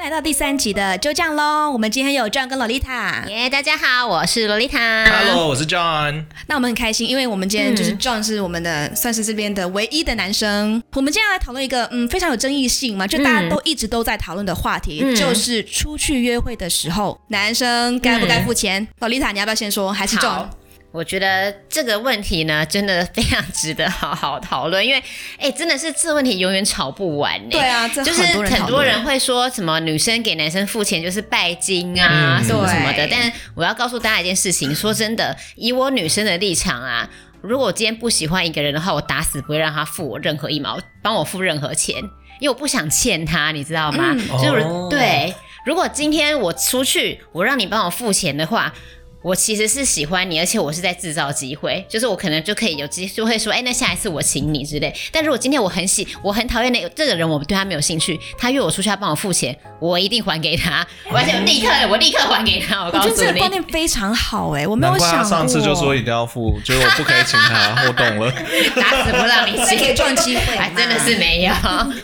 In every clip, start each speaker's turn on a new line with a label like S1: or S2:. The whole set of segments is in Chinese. S1: 来到第三集的就这样喽。我们今天有 John 跟 Lolita，
S2: 耶大家好，我是洛丽塔。
S3: Hello，我是 John。
S1: 那我们很开心，因为我们今天就是
S2: 嗯
S1: John 是我们的、算是这边的唯一的男生。我们今天来讨论一个嗯非常有争议性嘛，就大家
S2: 嗯
S1: 都一直都在讨论的话题，
S2: 嗯
S1: 就是出去约会的时候，男生该不该付钱？Lolita，你要不要先说？还是 John？
S2: 好，我觉得这个问题呢，真的非常值得好好讨论，因为哎，真的是这问题永远吵不完呢。
S1: 对啊，这
S2: 就是
S1: 很多人
S2: 很
S1: 讨
S2: 多
S1: 论
S2: 人会说什么女生给男生付钱就是拜金啊、
S3: 嗯
S2: 什么什么的，
S1: 对
S2: 但我要告诉大家一件事情，说真的，以我女生的立场啊，如果我今天不喜欢一个人的话，我打死不会让他付我任何一毛，帮我付任何钱，因为我不想欠他，你知道吗？
S1: 嗯
S2: 所以我、
S3: 哦
S2: 对，如果今天我出去，我让你帮我付钱的话。我其实是喜欢你，而且我是在制造机会，就是我可能就可以有机就会说，哎、那下一次我请你之类。但如果今天我很喜，我很讨厌那这个人，我对他没有兴趣，他约我出去，他帮我付钱，我一定还给他，而且我立刻我立刻还给他。我
S1: 我
S2: 告
S1: 觉得
S2: 诉
S1: 这个
S2: 你
S1: 观，念非常好哎、我没
S3: 难
S1: 有
S3: 怪
S1: 想
S3: 他
S1: 过。
S3: 上次就说一定要付，结果我不可以请他，我懂 了。
S2: 打死不让你
S1: 这可以
S2: 请。
S1: 赚机会嘛，
S2: 哎，真的是没有。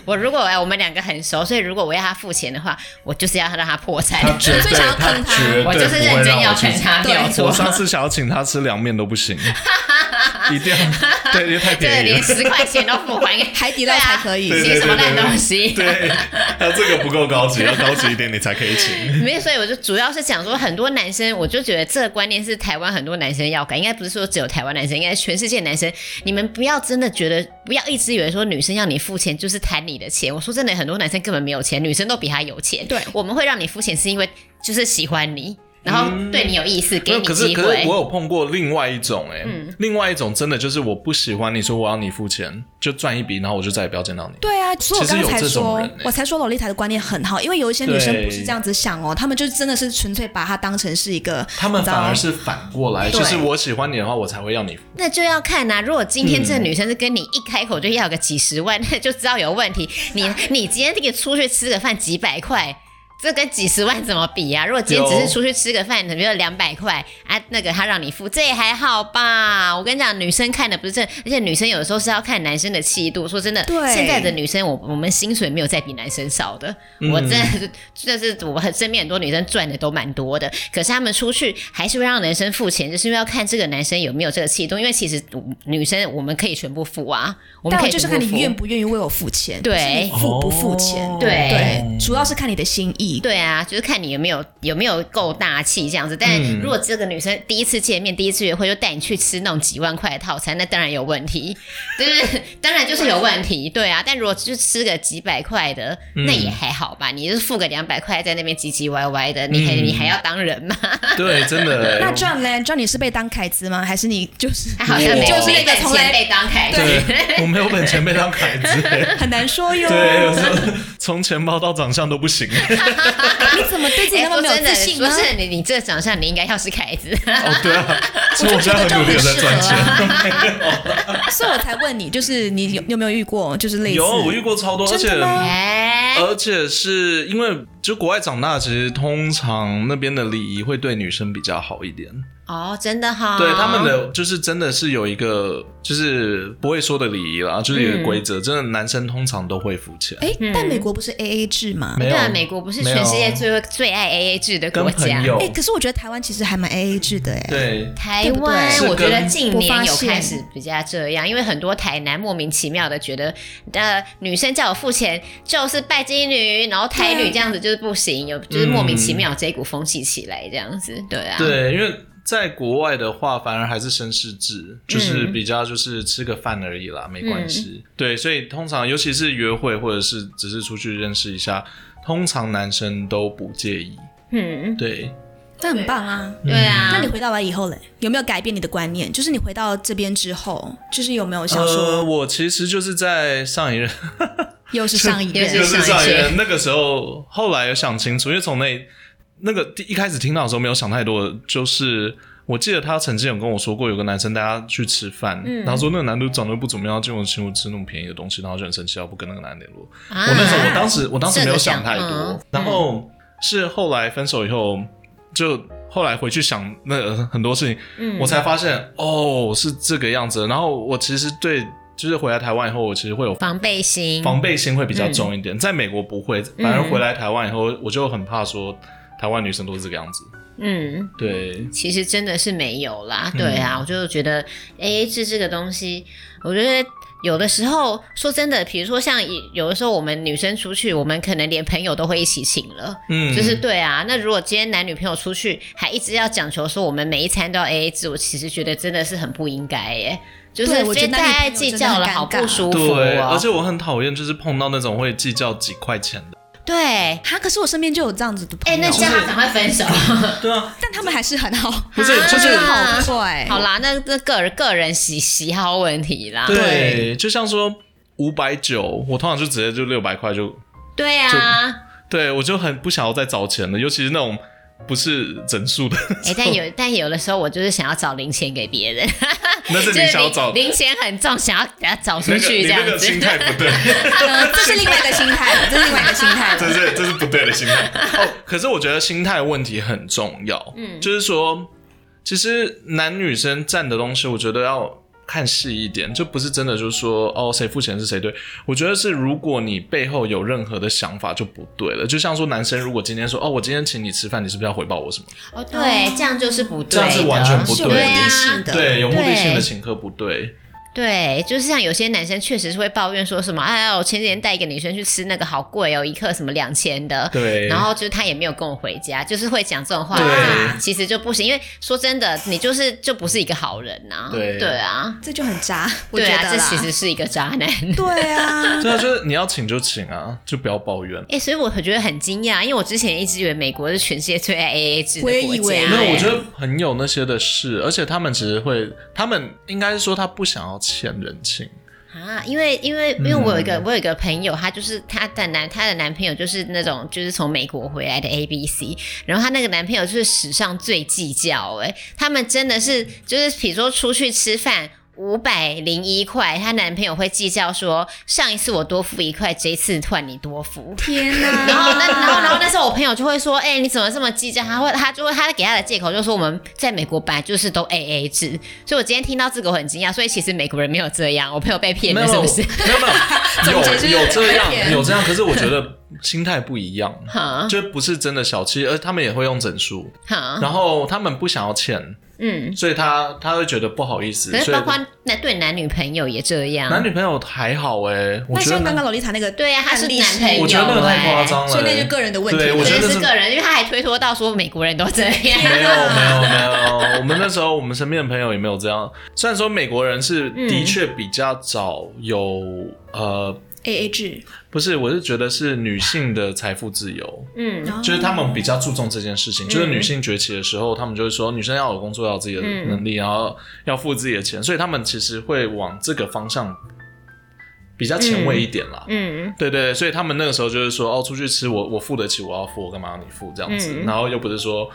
S2: 我如果哎，我们两个很熟，所以如果我要他付钱的话，我就是要让他破产。
S3: 他绝
S1: 所以
S3: 对
S1: 想要，
S3: 他
S1: 坑他
S3: 绝
S2: 我就
S3: 对
S2: 是认
S3: 不会
S2: 真
S3: 让
S2: 要
S3: 我去
S2: 劝他，没有错。
S3: 我上次想要请他吃凉面都 不行，一定要对，因为太
S2: 这个
S3: 便宜
S2: 连
S3: 了。
S2: 十块钱都不还给
S1: 海底捞才可以
S2: 对啊写什么烂东西？
S3: 对，他这个不够高级，要高级一点你才可以 请。
S2: 没有，所以我就主要是讲说，很多男生，我就觉得这个观念是台湾很多男生要改，应该不是说只有台湾男生，应该全世界男生，你们不要真的觉得，不要一直以为说女生要你付钱就是贪你的钱。我说真的，很多男生根本没有钱，女生都比他有钱。
S1: 对
S2: 我们会让你付钱是因为就是喜欢你，然后对你有意思，
S3: 没
S2: 给
S3: 有，
S2: 你
S3: 可是
S2: 机
S3: 可是我
S2: 会。嗯
S3: 有碰过另外一种哎、另外一种真的就是我不喜欢你说我要你付钱，就赚一笔，然后我就再也不要见到你。
S1: 对啊，所以我
S3: 其实
S1: 刚
S3: 有
S1: 才
S3: 这种
S1: 说，
S3: 人欸
S1: 我才说洛丽塔的观念很好，因为有一些女生
S3: 对
S1: 不是这样子想哦，她们就真的是纯粹把它当成是一个，
S3: 他们
S1: 你知道
S3: 反而是反过来，
S2: 对
S3: 就是我喜欢你的话，我才会要你付。
S2: 那就要看啊呐、如果今天这女生是跟你一开口就要个几十万， 那就知道有问题。你你今天这个出去吃个饭几百块。这跟几十万怎么比啊？如果今天只是出去吃个饭，比如两百块啊，那个他让你付，这也还好吧？我跟你讲，女生看的不是这，而且女生有的时候是要看男生的气度。说真的，
S1: 对
S2: 现在的女生，我我们薪水没有再比男生少的。
S1: 嗯
S2: 我真的是，这是我身边很多女生赚的都蛮多的，可是她们出去还是会让男生付钱，就是因为要看这个男生有没有这个气度。因为其实嗯女生我们可以全部付啊，我们
S1: 但
S2: 可
S1: 我
S2: 以
S1: 就是
S2: 全
S1: 看
S2: 部
S1: 你
S2: 付。
S1: 愿不愿意为我付钱，
S2: 对
S1: 不是你付不付钱，
S3: 哦
S2: 对
S1: 对，主要是看你的心意。
S2: 对啊，就是看你有没有有没有够大气这样子。但
S3: 嗯
S2: 如果这个女生第一次见面、第一次约会就带你去吃那种几万块的套餐，那当然有问题， 就是当然就是有问题。对啊，但如果就吃个几百块的，
S3: 嗯
S2: 那也还好吧。你就是付个两百块在那边唧唧歪歪的，你还、
S3: 嗯
S2: 你还要当人吗？
S3: 对，真的、欸。
S1: 那 John 呢？John 你是被当凯子吗？还是你就是
S2: 他好像
S3: 我
S2: 没有
S1: 就是那个
S2: 没本
S1: 从
S2: 钱
S1: 来
S2: 被当哎凯 子。
S3: 对，我没有本钱被当凯 子、欸
S1: 很难说哟？
S3: 对，我说从钱包到长相都不行。
S1: 你怎么对自己那
S2: 哎
S1: 么
S2: 说
S1: 没有
S2: 真的，
S1: 自信
S2: 不
S1: 呢？
S2: 是你，你这长相你应该要是凯子，
S3: 哦，对啊，所以我现在很努力的在赚钱。
S1: 所以我才问你，就是你有有没有遇过，就是类似
S3: 有，我遇过超多，而且
S1: 真的吗
S2: 哎，
S3: 而且是因为就国外长大，其实通常那边的礼仪会对女生比较好一点。
S2: 哦，真的
S1: 啊
S2: 哈，
S3: 对他们的就是真的是有一个就是不会说的礼仪啦，就是有一个规则，真的男生通常都会付钱。
S1: 哎，但美国不是 AA 制吗？
S3: 没有
S2: 对啊，美国不是
S3: 没有
S2: 全世界最最爱 AA 制的
S3: 跟
S2: 国家
S3: 朋。友
S1: 哎，可是我觉得台湾其实还蛮 AA 制的哎。
S3: 对
S2: 台
S1: 对不对
S2: 湾
S3: 是，
S2: 我觉得
S3: 跟
S2: 近
S1: 我发
S2: 年有
S1: 现
S2: 开始比较这样，因为很多台男莫名其妙的觉得，呃，女生叫我付钱就是拜金女，然后台
S1: 对
S2: 女这样子就是不行，有就是莫名其妙这一股风气起来这样子，对啊，
S3: 嗯对，因为在国外的话，反而还是绅士制，就是比较就是吃个饭而已啦，没
S2: 嗯
S3: 关系。对，所以通常尤其是约会或者是只是出去认识一下，通常男生都不介意。
S2: 嗯，
S3: 对，
S1: 那很棒啊！
S2: 对啊，
S1: 那你回到来以后嘞，有没有改变你的观念？就是你回到这边之后，就是有没有想
S3: 呃，
S1: 说，
S3: 我其实就是在上一任。
S1: 又是上一
S2: 又
S1: 任
S2: 是？
S3: 就是上一
S2: 上一
S3: 任那个时候，后来有想清楚，因为从那那个第一开始听到的时候没有想太多，就是我记得他曾经有跟我说过，有个男生带他去吃饭，
S2: 嗯
S3: 然后说那个男的长得不怎么样，竟然请我吃那么便宜的东西，然后就很生气，要不跟那个男的联络。
S2: 啊
S3: 我那时候，我当时我当时没有想太多，
S2: 这个想嗯
S3: 然后是后来分手以后，就后来回去想
S2: 嗯
S3: 那个很多事情，我才发现哦是这个样子。然后我其实对就是回来台湾以后，我其实会有
S2: 防备心，
S3: 防备心会比较重一点，在美国不会，反而回来台湾以后，我就很怕说台湾女生都是这个样子。
S2: 嗯，
S3: 对，
S2: 其实真的是没有啦，对
S3: 嗯
S2: 啊，我就觉得 A A 制这个东西，我觉得有的时候说真的，比如说像一有的时候我们女生出去，我们可能连朋友都会一起请了，
S3: 嗯，
S2: 就是对啊。那如果今天男女朋友出去还一直要讲求说我们每一餐都要 A A 制，我其实觉得真的是很不应该耶，就是
S1: 对我觉
S2: 非
S1: 得
S2: 太爱计较了，好不舒服
S3: 对，而
S2: 哦。
S3: 且我很讨厌就是碰到那种会计较几块钱的。
S2: 对，
S1: 哈，可是我身边就有这样子的朋
S2: 哎，
S1: 友，
S2: 那这样赶快分手。
S3: 对啊，
S1: 但他们还是很好，
S3: 不是就是
S1: 真的好不错哎、
S2: 好啦，那那个人个人喜喜好问题啦。
S3: 对，就像说五百九，我通常就直接就六百块就，
S2: 对啊，
S3: 对我就很不想要再找钱了，尤其是那种不是整数的，
S2: 哎、但有但有的时候我就是想要找零钱给别人，
S3: 那
S2: 就
S3: 是你
S2: 是
S3: 想要找
S2: 零零钱很重，想要给他找出
S3: 那个
S2: 去
S3: 你
S2: 这样
S3: 那个
S2: 子。
S3: 心态不对。
S1: 呃 这是另外一个心态，这是另外一个心态。
S3: 这是这是不对的心态。哦，可是我觉得心态问题很重要。嗯，就是说，其实男女生占的东西，我觉得要看细一点，就不是真的就是说哦谁付钱是谁对。我觉得是如果你背后有任何的想法就不对了。就像说男生如果今天说哦我今天请你吃饭，你是不是要回报我什么？
S2: 哦，对，这样就是不对
S3: 这
S2: 的，啊
S3: 样是完全不
S1: 是有目
S3: 对
S1: 的性的，
S3: 对，有目的性的
S2: 对
S3: 请客不对。
S2: 对，就是像有些男生确实是会抱怨说什么，哎呀，我前几天带一个女生去吃那个好贵哦，一克什么两千的，
S3: 对
S2: 然后就是他也没有跟我回家，就是会讲这种话，
S3: 对
S2: 那其实就不行，因为说真的，你就是就不是一个好人呐、
S3: 对
S2: 啊，
S1: 这就很渣，我觉
S2: 对
S1: 得
S2: 啊，
S1: 啦。
S2: 这其实是一个渣男。
S1: 对啊，
S3: 对啊，就是你要请就请啊，就不要抱怨。
S2: 哎、所以我觉得很惊讶，因为我之前一直以为美国是全世界最爱 AA 制
S1: 我
S2: 的国
S1: 也
S2: 家。
S1: 以为
S3: 没
S1: 对
S3: 有，我觉得朋友那些的事，而且他们其实会，他们应该是说他不想要欠人情。
S2: 啊，因为因为因为我有一个、我有一个朋友，她就是她的男她的男朋友就是那种就是从美国回来的 A B C，然后她那个男朋友就是史上最计较哎、他们真的是就是比如说出去吃饭。五百零一块，她男朋友会计较说，上一次我多付一块，这一次换你多付。
S1: 天哪！
S2: 然后那然后然后那时候我朋友就会说，哎、你怎么这么计较？他会他就会他给他的借口就是说我们在美国本来就是都 A A 制，所以我今天听到这个我很惊讶，所以其实美国人没有这样，我朋友被骗
S3: 没
S2: 了
S3: 有，
S2: 是不是？
S3: 没有
S1: 总结就是
S3: 没有，有有这
S1: 被
S3: 样
S1: 骗
S3: 有这样，可是我觉 得心态不一样，
S1: 嗯
S2: 哈
S3: 就不是真的小气，而他们也会用整数，
S2: 哈，
S1: 嗯
S3: 然后他们不想要欠，
S2: 嗯，
S3: 所以他他会觉得不好意思
S2: 可，是
S3: 所以
S2: 包括那 对男女朋友也这
S3: 男
S2: 样，
S3: 女朋友还好哎，我
S1: 那
S3: 觉
S1: 像
S3: 得
S1: 刚
S3: 男
S1: 刚洛丽塔那个
S2: 嗯对啊他是
S1: 案例
S2: 男朋友
S3: 我觉得那个太夸张了，
S1: 欸
S3: 欸
S1: 所以那就个人的问题
S3: 对，
S1: 了
S3: 我觉
S2: 真
S3: 得
S2: 的
S3: 是
S2: 是个人，因为他还推脱到说美国人都这样，
S3: 没有没有没有，我们那时候我们身边的朋友也没有这样。虽然说美国人是的确比较早有、呃，
S1: A A 制，
S3: 不是，我是觉得是女性的财富自由，
S2: 嗯
S1: 啊
S3: 就是他们比较注重这件事情。就是女性崛起的时候，他们就会说女生要有工作，要有自己的能力，然后要付自己的钱，所以他们其实会往这个方向比较前卫一点啦。
S2: 嗯，
S3: 对对对，所以他们那个时候就是说，哦，出去吃我我付得起，我要付，我干嘛要你付这样子？
S2: 嗯
S3: 然后又不是说，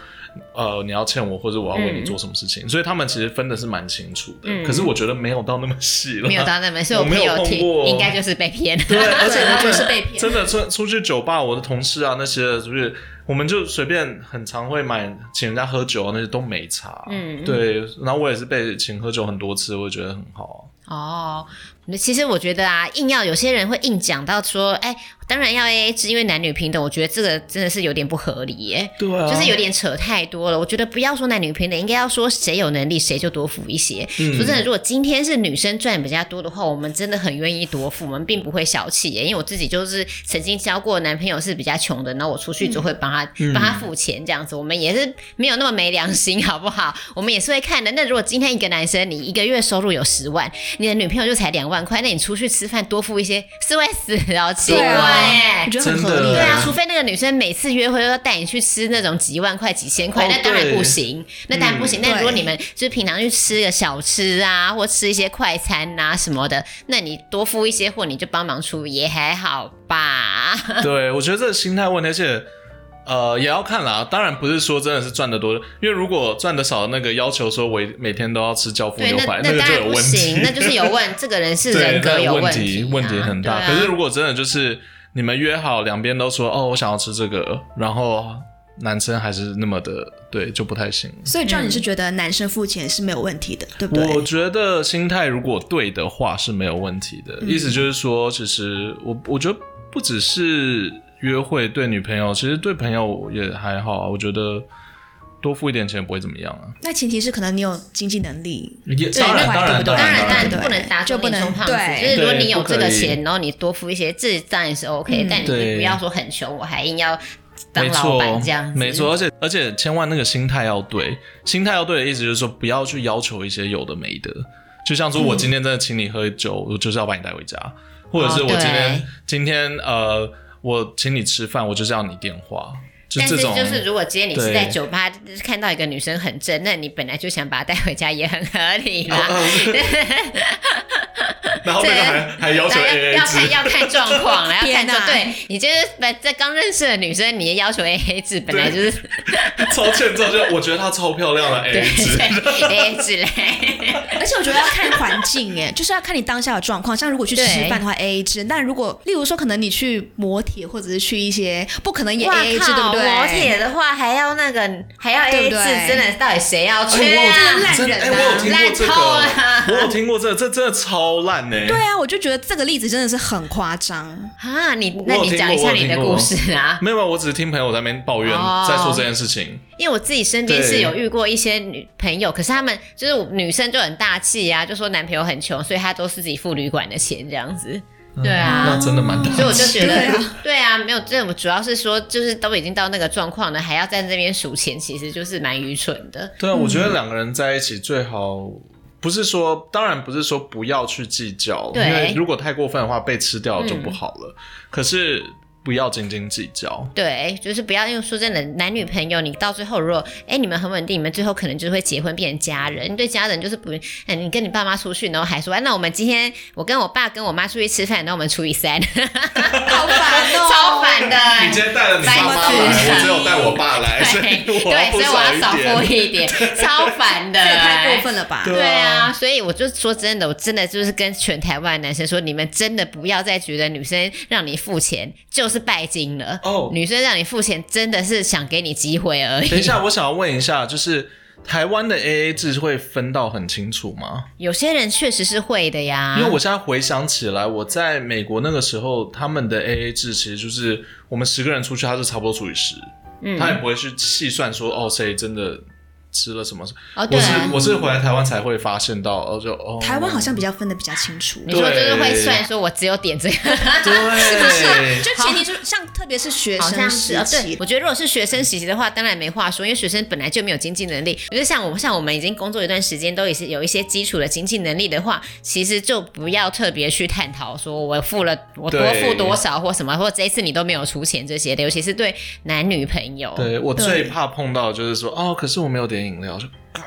S3: 呃，你要欠我，或者我要为你做什么事情，所以他们其实分的是蛮清楚的。
S2: 嗯
S3: 可是我觉得没有到那么细了，
S2: 没有到那么，所以
S3: 我
S2: 朋
S3: 没有
S2: 友
S3: 碰
S2: 听
S3: 过，
S2: 应该就是被骗了。
S3: 对，而且
S1: 对
S3: 他
S1: 他
S3: 们
S1: 就是被骗
S3: 真的出出去酒吧，我的同事啊那些的，就是我们就随便很常会买请人家喝酒啊那些都没差。
S2: 嗯
S3: 对，然后我也是被请喝酒很多次，我也觉得很好啊
S2: 哦，那其实我觉得啊，硬要有些人会硬讲到说，哎，当然要 A A 制，因为男女平等，我觉得这个真的是有点不合理耶
S3: 啊。。对啊
S2: 就是有点扯太多了，我觉得不要说男女平等，应该要说谁有能力谁就多付一些。
S3: 嗯
S2: 说真的，如果今天是女生赚比较多的话，我们真的很愿意多付，我们并不会小气耶。因为我自己就是曾经交过男朋友是比较穷的，然后我出去就会帮他帮、他付钱这样子，我们也是没有那么没良心，好不好？我们也是会看的。那如果今天一个男生你一个月收入有十万，你的女朋友就才两万块，那你出去吃饭多付一些是会死的哦，奇怪
S1: 对啊
S2: 耶
S1: 我。觉得很
S3: 真
S1: 合
S3: 的
S1: 理
S2: 对啊，
S3: 对
S2: 除非那个女生每次约会都要带你去吃那种几万块、几千块，
S3: 哦
S2: 那当然
S3: 对
S2: 不行，那当然不行。
S1: 嗯
S2: 但如果
S1: 对
S2: 你们就是平常去吃个小吃啊，或吃一些快餐啊什么的，那你多付一些，或你就帮忙出也还好吧。
S3: 对，我觉得这个心态问题，而且呃也要看啦。当然不是说真的是赚的多，因为如果赚的少，那个要求说我每天都要吃教父
S2: 对，
S3: 牛
S2: 那
S3: 排，
S2: 那
S3: 个
S2: 当
S3: 就
S2: 然
S3: 有
S2: 不
S3: 问
S2: 行
S3: 题，。
S2: 那就是有 问这个人是
S3: 对
S2: 人，格
S3: 那
S2: 有
S3: 问
S2: 题啊，
S3: 问题很大。
S2: 对啊
S3: 可是如果真的就是你们约好两边都说哦，我想要吃这个，然后男生还是那么的对，就不太行。
S1: 所以这样你是觉得男生付钱是没有问题的，对不
S3: 嗯我
S1: 对？
S3: 觉得心态如果对的话是没有问题的，意思就是说，其实我我觉得不只是约会对女朋友，其实对朋友也还好啊。我觉得多付一点钱不会怎么样啊。
S1: 那前提是可能你有经济能力，
S3: 也
S2: 对
S3: 当然
S1: 那
S3: 当然
S1: 对不对
S2: 当
S3: 然
S2: 然，当
S1: 对
S2: 然不能打肿
S1: 就不能
S2: 脸充胖子。
S1: 对
S2: 就是如果
S3: 对
S2: 你有这个
S3: 不可以
S2: 钱，然后你多付一些，这当然是 OK、
S1: 嗯
S2: 但你
S3: 对
S2: 不要说很穷，我还硬要当
S3: 没
S2: 老
S3: 错
S2: 板这样，子。
S3: 没错，而且而且千万那个心态要对，心态要对的意思就是说不要去要求一些有的没的，就像说我今天真的请你喝酒，我就是要把你带回家，或者是
S2: 嗯哦
S3: 我今天、
S2: 对
S3: 今天呃我请你吃饭，我就是要你电话，就
S2: 但
S3: 这
S2: 是
S3: 种
S2: 就是，如果今天你是
S3: 对
S2: 在酒吧看到一个女生很正，那你本来就想把她带回家，也很合理啦。
S3: 哦然后那个还还 要求
S2: 大
S3: A
S2: 家
S3: 哦 A
S2: 要
S3: 制
S2: 看，要看状 况啦，要看
S1: 天哪
S2: 状。对你就是本在刚认识的女生，你也要求 A A 制，本来就是
S3: 超欠揍，就我觉得她超漂亮的 A
S2: 对
S3: A 制，
S2: A A 制嘞。
S1: 而且我觉得要看环境，哎， 就是要看你当下的状况。像如果去吃
S2: 对
S1: 饭的话，A A 制；但如果例如说，可能你去磨铁，或者是去一些不可能 也 A A 制，对不对？
S2: 磨铁的话还要那个还要 A
S1: 对
S2: A
S1: 不对
S2: 制，真的到底谁要去
S3: 哎我有
S2: 啊？
S1: 烂
S3: 真的
S1: 人
S3: 哎、
S1: 啊
S3: 我有听过这
S2: 烂透
S3: 个
S2: 了，
S3: 我有听过这个，这真的超烂呢、欸
S1: 对啊，我就觉得这个例子真的是很夸张。
S2: 啊，你那你讲一下
S3: 我有
S2: 你
S3: 听
S2: 的
S3: 过
S2: 故事 啊，
S3: 没有，没有我只是听朋友在那边抱怨，
S2: 哦
S3: 在说这件事情。
S2: 因为我自己身边
S3: 对
S2: 是有遇过一些女朋友，可是她们就是我女生就很大气啊，就说男朋友很穷，所以她都是自己付旅馆的钱这样子。对啊
S3: 嗯那真的蛮大。
S2: 所以我就觉得，
S1: 对啊
S2: 对啊，没有这，我主要是说，就是都已经到那个状况了，还要在那边数钱，其实就是蛮愚蠢的。
S3: 对啊，我觉得两个人在一起最好不是说，当然不是说不要去计较，因
S2: 对嗯
S3: 为如果太过分的话，被吃掉就不好了。可是不要斤斤计较。
S2: 对，就是不要，因为说真的，男女朋友，你到最后如果，哎，你们很稳定，你们最后可能就会结婚变成家人。你对家人就是不，哎，你跟你爸妈出去，然后还说，哎，那我们今天我跟我爸跟我妈出去吃饭，那我们除以三，
S1: 好烦哦
S2: 超烦的、
S3: 你今天带了你
S2: 白
S3: 爸妈来，
S2: 痴
S3: 我只有带我爸来，所以
S2: 对，对，
S3: 我
S2: 所以
S3: 要付
S2: 我要少
S3: 少
S2: 付
S3: 一点。
S2: 一点，超烦的、
S1: 这也太过分了吧？
S3: 对
S2: 对啊，
S3: 啊
S2: 所以我就说真的，我真的就是跟全台湾的男生说，你们真的不要再觉得女生让你付钱就是拜金了。
S3: 哦
S2: 女生让你付钱真的是想给你机会而
S3: 等一
S2: 已。
S3: 下，我想要问一下，就是台湾的 AA 制会分到很清楚吗？
S2: 有些人确实是会的呀，
S3: 因为我现在回想起来，我在美国那个时候，他们的 AA 制其实就是我们十个人出去，他是差不多除以十、
S2: 嗯
S3: 他也不会去细算说哦谁真的吃了什么。
S2: 哦对
S3: 我是
S2: 啊。
S3: 我是回来台湾才会发现到，哦就哦
S1: 台湾好像比较分的比较清楚。
S2: 你说就是会算，说我只有点这个，
S3: 对，
S1: 就前提是像特别是学
S2: 好
S1: 生
S2: 像是
S1: 时
S2: 哦。对
S1: 期，，
S2: 我觉得如果是学生时期的话，当然没话说，因为学生本来就没有经济能力。我觉得像我像我们已经工作一段时间，都也是有一些基础的经济能力的话，其实就不要特别去探讨说我付了我多
S3: 对
S2: 付多少或什么，或者这一次你都没有出钱这些的，尤其是对男女朋友。
S3: 对我最怕碰到的就是说哦，可是我没有点饮料，就干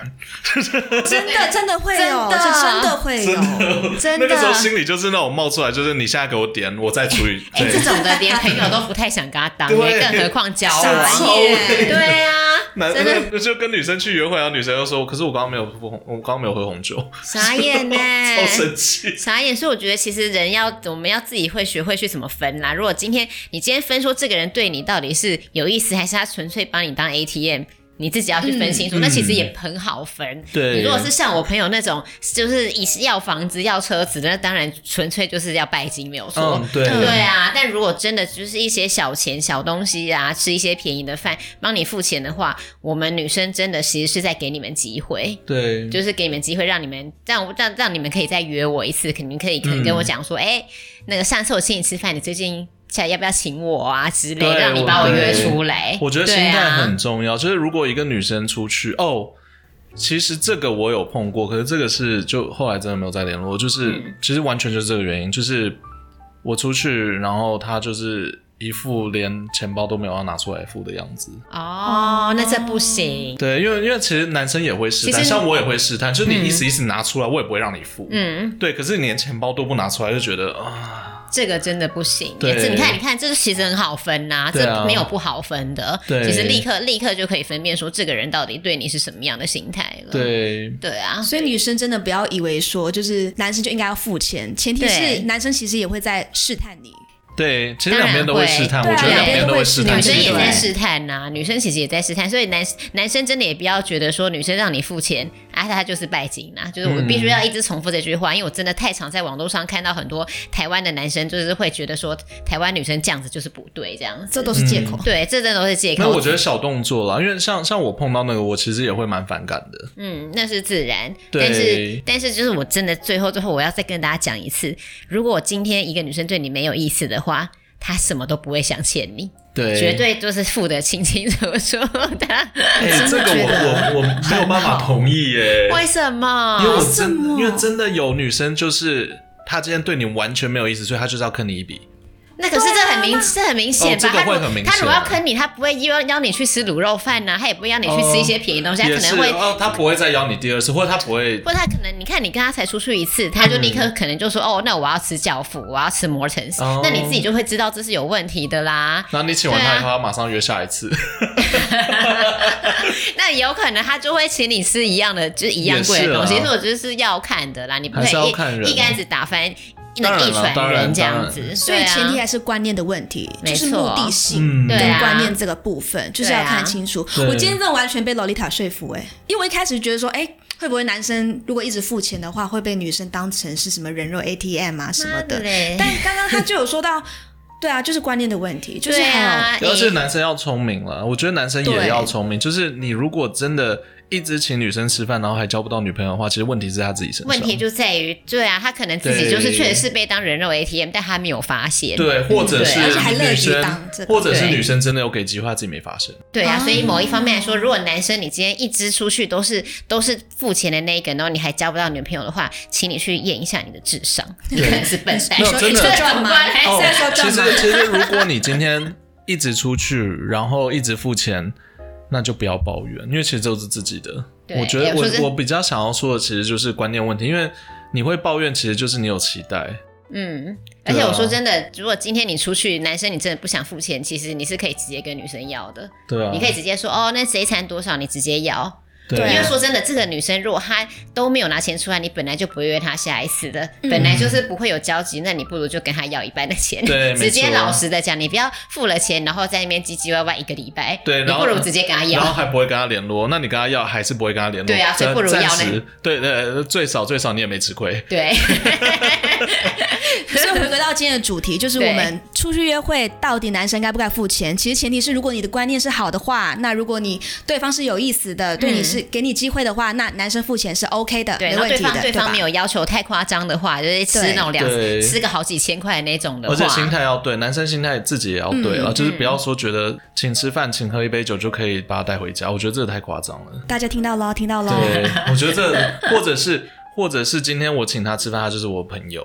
S1: 真的真的会有，
S2: 真的
S1: 是真的会有。
S2: 真
S3: 那
S2: 的
S3: 个时候心里就是那种冒出来，就是你现在给我点，我再除以
S2: 哎、这
S3: 对，
S2: 种的连朋友都不太想跟他当，
S3: 对
S2: 更何况交
S1: 傻
S2: 往。
S1: 眼
S2: 对 啊，
S3: 男
S2: 真的
S3: 那就跟女生去约会，然后女生就说，可是我刚刚没有喝红，我刚刚没有喝红酒，
S2: 傻眼呢、
S3: 超生气。
S2: 傻眼，所以我觉得其实人要我们要自己会学会去怎么分啦。如果今天你今天分说这个人对你到底是有意思，还是他纯粹把你当 ATM。你自己要去分清楚，
S3: 嗯
S2: 那其实也很好分。
S3: 对
S2: 你如果是像我朋友那种，就是以要房子要车子，那当然纯粹就是要拜金，没有错。
S3: 嗯，对
S2: 对啊，但如果真的就是一些小钱、小东西啊，吃一些便宜的饭，帮你付钱的话，我们女生真的其实是在给你们机会。
S3: 对，
S2: 就是给你们机会，让你们让让让你们可以再约我一次，肯定可以可能
S3: 嗯
S2: 跟我讲说，哎、那个上次我请你吃饭，你最近下要不要请我啊之类，
S3: 对
S2: 让你
S3: 我
S2: 把我约
S3: 对
S2: 出来。
S3: 我觉得
S2: 哎对
S3: 心态很
S2: 啊、
S3: 重要，就是如果一个女生出去哦。其实这个我有碰过，可是这个是就后来真的没有再联络，就是、
S2: 嗯
S3: 其实完全就是这个原因，就是我出去，然后她就是一副连钱包都没有要拿出来付的样子。
S2: 哦，那这不行。
S3: 对，因为因为其实男生也会试探，
S2: 其实
S3: 像我也会试探，就是你一时一时拿出来，我也不会让你付。
S2: 嗯，
S3: 对，可是你连钱包都不拿出来，就觉得啊，
S2: 这个真的不行。
S3: 对
S2: 这你看，你看，这其实很好分呐、
S3: 对啊
S2: 这没有不好分的。
S3: 对
S2: 其实立刻立刻就可以分辨说这个人到底对你是什么样的心态了。，
S3: 对，
S2: 对啊，
S1: 所以女生真的不要以为说就是男生就应该要付钱，前提
S2: 对
S1: 是男生其实也会在试探你。
S3: 对，其实
S2: 当然
S3: 两边都会试探，
S1: 会
S3: 我觉得
S2: 对啊
S3: 两边都会试探。
S2: 女
S1: 对
S2: 生也在
S1: 对
S2: 试探呐、女生其实也在试探，所以男男生真的也不要觉得说女生让你付钱啊，她就是拜金呐、就是我
S3: 嗯
S2: 必须要一直重复这句话，因为我真的太常在网络上看到很多台湾的男生就是会觉得说台湾女生这样子就是不对，这样子，
S1: 这都是借口。
S2: 对，这真的都是借
S3: 那
S2: 口。
S3: 我觉得小动作啦，因为像像我碰到那个，我其实也会蛮反感的。
S2: 嗯，那是自然。
S3: 对
S2: 但是但是就是我真的最后最后我要再跟大家讲一次，如果我今天一个女生对你没有意思的话，她什么都不会想欠你，
S3: 对，
S2: 绝。对就是付得清清楚楚的。
S3: 哎、
S1: 真的
S3: 这个
S1: 觉得
S3: 我我我没有办法同意 耶、
S2: 为什
S3: 因为
S2: 么？
S3: 我
S1: 为什
S3: 真
S1: 么
S3: 因为真的有女生就是她今天对你完全没有意思，所以她就是要坑你一笔。
S2: 那可是这很
S1: 啊
S2: 明，这很明显吧？
S3: 哦这个
S2: 她如
S3: 会很明显
S2: 她如果要坑你，她不会邀邀你去吃卤肉饭呐、她也不会邀你去吃一些便宜东西，她
S3: 也
S2: 可
S3: 是
S2: 能会。
S3: 哦，她不会再邀你第二次，或者她不会。
S2: 或她可能，你看你跟她才出去一次，她就立刻可能就说：“哦，那我要吃教父，我要吃摩腾。
S3: 哦
S2: 那你自己就会知道这是有问题的啦。
S3: 然后你请完她
S2: 对啊
S3: 以后，她马上约下 一次。
S2: 那有可能他就会请你吃一样的，就是一样贵的东西，
S3: 也
S2: 所
S3: 是啊
S2: 以我觉得是要看的啦，你不可
S3: 还是要看
S2: 以
S3: 人
S2: 一一竿子打翻那
S3: 当
S2: 个
S3: 然
S2: 一
S3: 啦当
S2: 船
S3: 然
S2: 人这样
S3: 当
S2: 子，
S3: 然
S1: 所以前提
S2: 对啊
S1: 还是观念的问题，
S2: 没
S1: 就
S2: 错
S1: 是目的性
S3: 嗯
S1: 跟
S2: 对啊
S1: 观念这个部分，就是要看清楚。
S3: 对啊
S1: 我今天真的完全被洛丽塔说服哎、因为我一开始觉得说，哎、会不会男生如果一直付钱的话，会被女生当成是什么人肉 ATM 啊什么
S2: 妈的
S1: 的？
S2: 嘞
S1: 但刚刚他就有说到，对啊，就是观念的问题，就是
S2: 对
S1: 还有、
S2: 啊，
S3: 而且
S2: 你
S3: 男生要聪明了，我觉得男生也
S1: 对
S3: 要聪明。就是你如果真的一直请女生吃饭，然后还交不到女朋友的话，其实问题是他自己身上。
S2: 问题就在于，对啊，他可能自己就是确实是被当人肉 ATM，但他没有发现，
S3: 对，或者是
S2: 对而
S1: 且还乐于
S3: 女生
S1: 当这，个
S3: 或者是
S2: 对
S3: 女生真的有给机会，她自己没发生。
S2: 对啊，
S1: 啊
S2: 所以某一方面来说，如果男生你今天一支出去都是都是付钱的那一个，然后你还交不到女朋友的话，请你去验一下你的智商，你可能是笨蛋
S3: 没。有
S1: 说
S3: 真
S1: 一
S3: 的
S1: 直赚吗？
S2: 哦
S1: 在说
S3: 其
S1: 赚
S3: 实
S1: 吗？
S3: 其实，如果你今天一直出去，然后一直付钱，那就不要抱怨，因为其实都是自己的。
S2: 对哎
S3: 我觉得
S2: 有时候是
S3: 我我比较想要说的，其实就是观念问题，因为你会抱怨，其实就是你有期待。
S2: 嗯，而
S3: 对啊
S2: 且我说真的，如果今天你出去，男生你真的不想付钱，其实你是可以直接跟女生要的，
S3: 对啊，
S2: 你可以直接说哦，那谁餐多少，你直接要。
S3: 对啊，
S2: 因为说真的，这个女生如果她都没有拿钱出来，你本来就不会约她下一次的，
S1: 嗯
S2: 本来就是不会有交集，那你不如就跟她要一半的钱，
S3: 对
S2: 直接
S3: 没错
S2: 老实的讲，你不要付了钱，然后在那边唧唧歪歪一个礼拜，
S3: 对
S2: 你
S3: 然
S2: 不
S3: 后
S2: 如直接跟她
S3: 然后
S2: 要。
S3: 还不会跟他联络，那你跟他要还是不会跟他联络？
S2: 对啊所以不如
S3: 暂
S2: 要
S3: 暂时
S2: 嘞
S3: 对呃，最少最少你也没吃亏。
S2: 对，
S1: 所以回归到今天的主题，就是
S2: 对
S1: 我们出去约会到底男生该不该付钱？其实前提是，如果你的观念是好的话，那如果你对方是有意思的，对你是给你机会的话，那男生付钱是 OK 的，
S2: 对，
S1: 没
S2: 然
S1: 问
S2: 后对
S1: 题的，
S2: 方对
S1: 吧
S2: 方没有要求太夸张的话，就是吃
S1: 对
S2: 那种两
S3: 对
S2: 吃个好几千块的那种的话，
S3: 而且心态要对，男生心态自己也要对了，
S1: 嗯
S3: 就是不要说觉得请吃饭、请喝一杯酒就可以把他带回家，我觉得这个太夸张了。
S1: 大家听到了，听到了。
S3: 对，我觉得这或者是或者是今天我请他吃饭，他就是我朋友，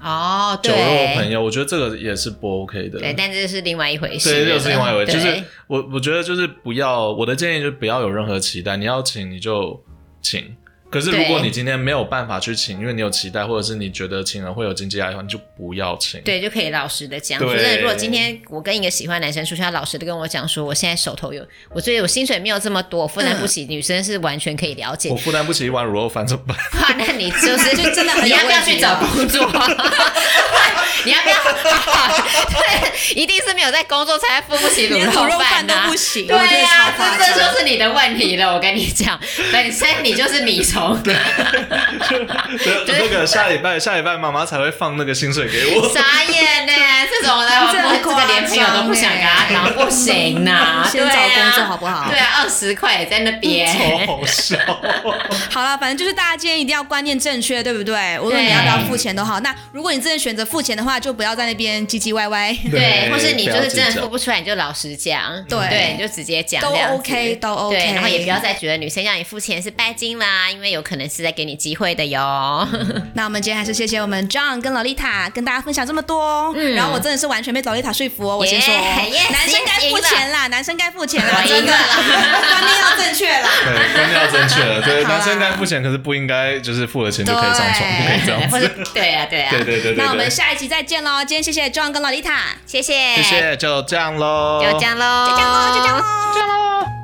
S2: 哦，
S3: 酒
S2: 对，
S3: 肉朋友，我觉得这个也是不 OK 的。
S2: 对，但这是另外一回事了。
S3: 对，这是另外一回，
S2: 对
S3: 就是我我觉得就是不要我的建议就是不要有任何期待，你要请你就请。可是如果
S2: 对
S3: 你今天没有办法去请，因为你有期待，或者是你觉得请了会有经济压力的话，你就不要请。
S2: 对就可以老实的讲。
S3: 对
S2: 说真的，如果今天我跟一个喜欢的男生出去，他老实的跟我讲说，我现在手头有，我觉得我薪水没有这么多，我负担不起，
S1: 嗯
S2: 女生是完全可以了解
S3: 我。负担不起一碗卤肉饭怎么办？
S2: 哇，那你 就是
S1: 就真的很
S2: 你
S1: 有
S2: 要不要
S1: 问题啊
S2: 去找
S1: 了
S2: 工作？ 你要不要？对，一定是没有在工作才付不起卤
S1: 连卤肉饭
S2: 饭
S1: 都
S2: 啊
S1: 不行
S2: 对
S1: 我觉得
S2: 呀、
S1: 超夸
S2: 这
S1: 张
S2: 这就是你的问题了。我跟你讲，本身你就是米 虫。
S3: 那个下礼拜下礼拜妈妈才会放那个薪水 给我。
S2: 傻眼呢、这种的，
S1: 这
S2: 我
S1: 很
S2: 不这个连朋友都不想跟他当，不行啊 呐、
S1: 先找工作好不好
S2: 对啊，二十块也在那
S3: 超
S2: 边。
S3: 好笑，
S1: 好了，反正就是大家今天一定要观念正确，对不对？无论
S2: 对啊
S1: 你要不要付钱都好。那如果你真的选择付钱的话，就不要在那边唧唧歪 歪，
S2: 对，或是你就是真
S3: 不要计
S2: 的
S3: 较
S2: 付不出来，你就老实讲，
S1: 对
S2: 你就直接讲，
S1: 都
S2: 这样子
S1: OK，都 OK。
S2: 对，然后也不要。再觉得女生让你付钱是拜金啦，因为有可能是在给你机会的哟。
S3: 嗯
S1: 那我们今天还是谢谢我们 John 跟 Lolita 跟大家分享这么多哦。
S2: 嗯
S1: 然后我真的是完全被 Lolita 说服哦，我先说哦，
S2: Yeah，yeah，
S1: 男生该付钱啦，男生该付钱啦，
S2: 我
S1: 真
S2: 赢
S1: 的
S2: 了
S1: 啦，
S2: 啦
S1: 观念要正确啦。
S3: 对，观念要正确了。对，
S1: 好啦
S3: 男生该付钱，可是不应该就是付了钱就可以上
S1: 对
S3: 床，不可以这样
S2: 或者
S3: 子。
S2: 对啊，对啊，
S3: 对 对对对对。
S1: 那我们下一期再见喽！今天谢谢 John 跟 Lolita，
S2: 谢谢，
S3: 谢，谢，就这样喽，
S2: 就这样喽，
S1: 就这样喽，就这样喽。
S3: 这样喽。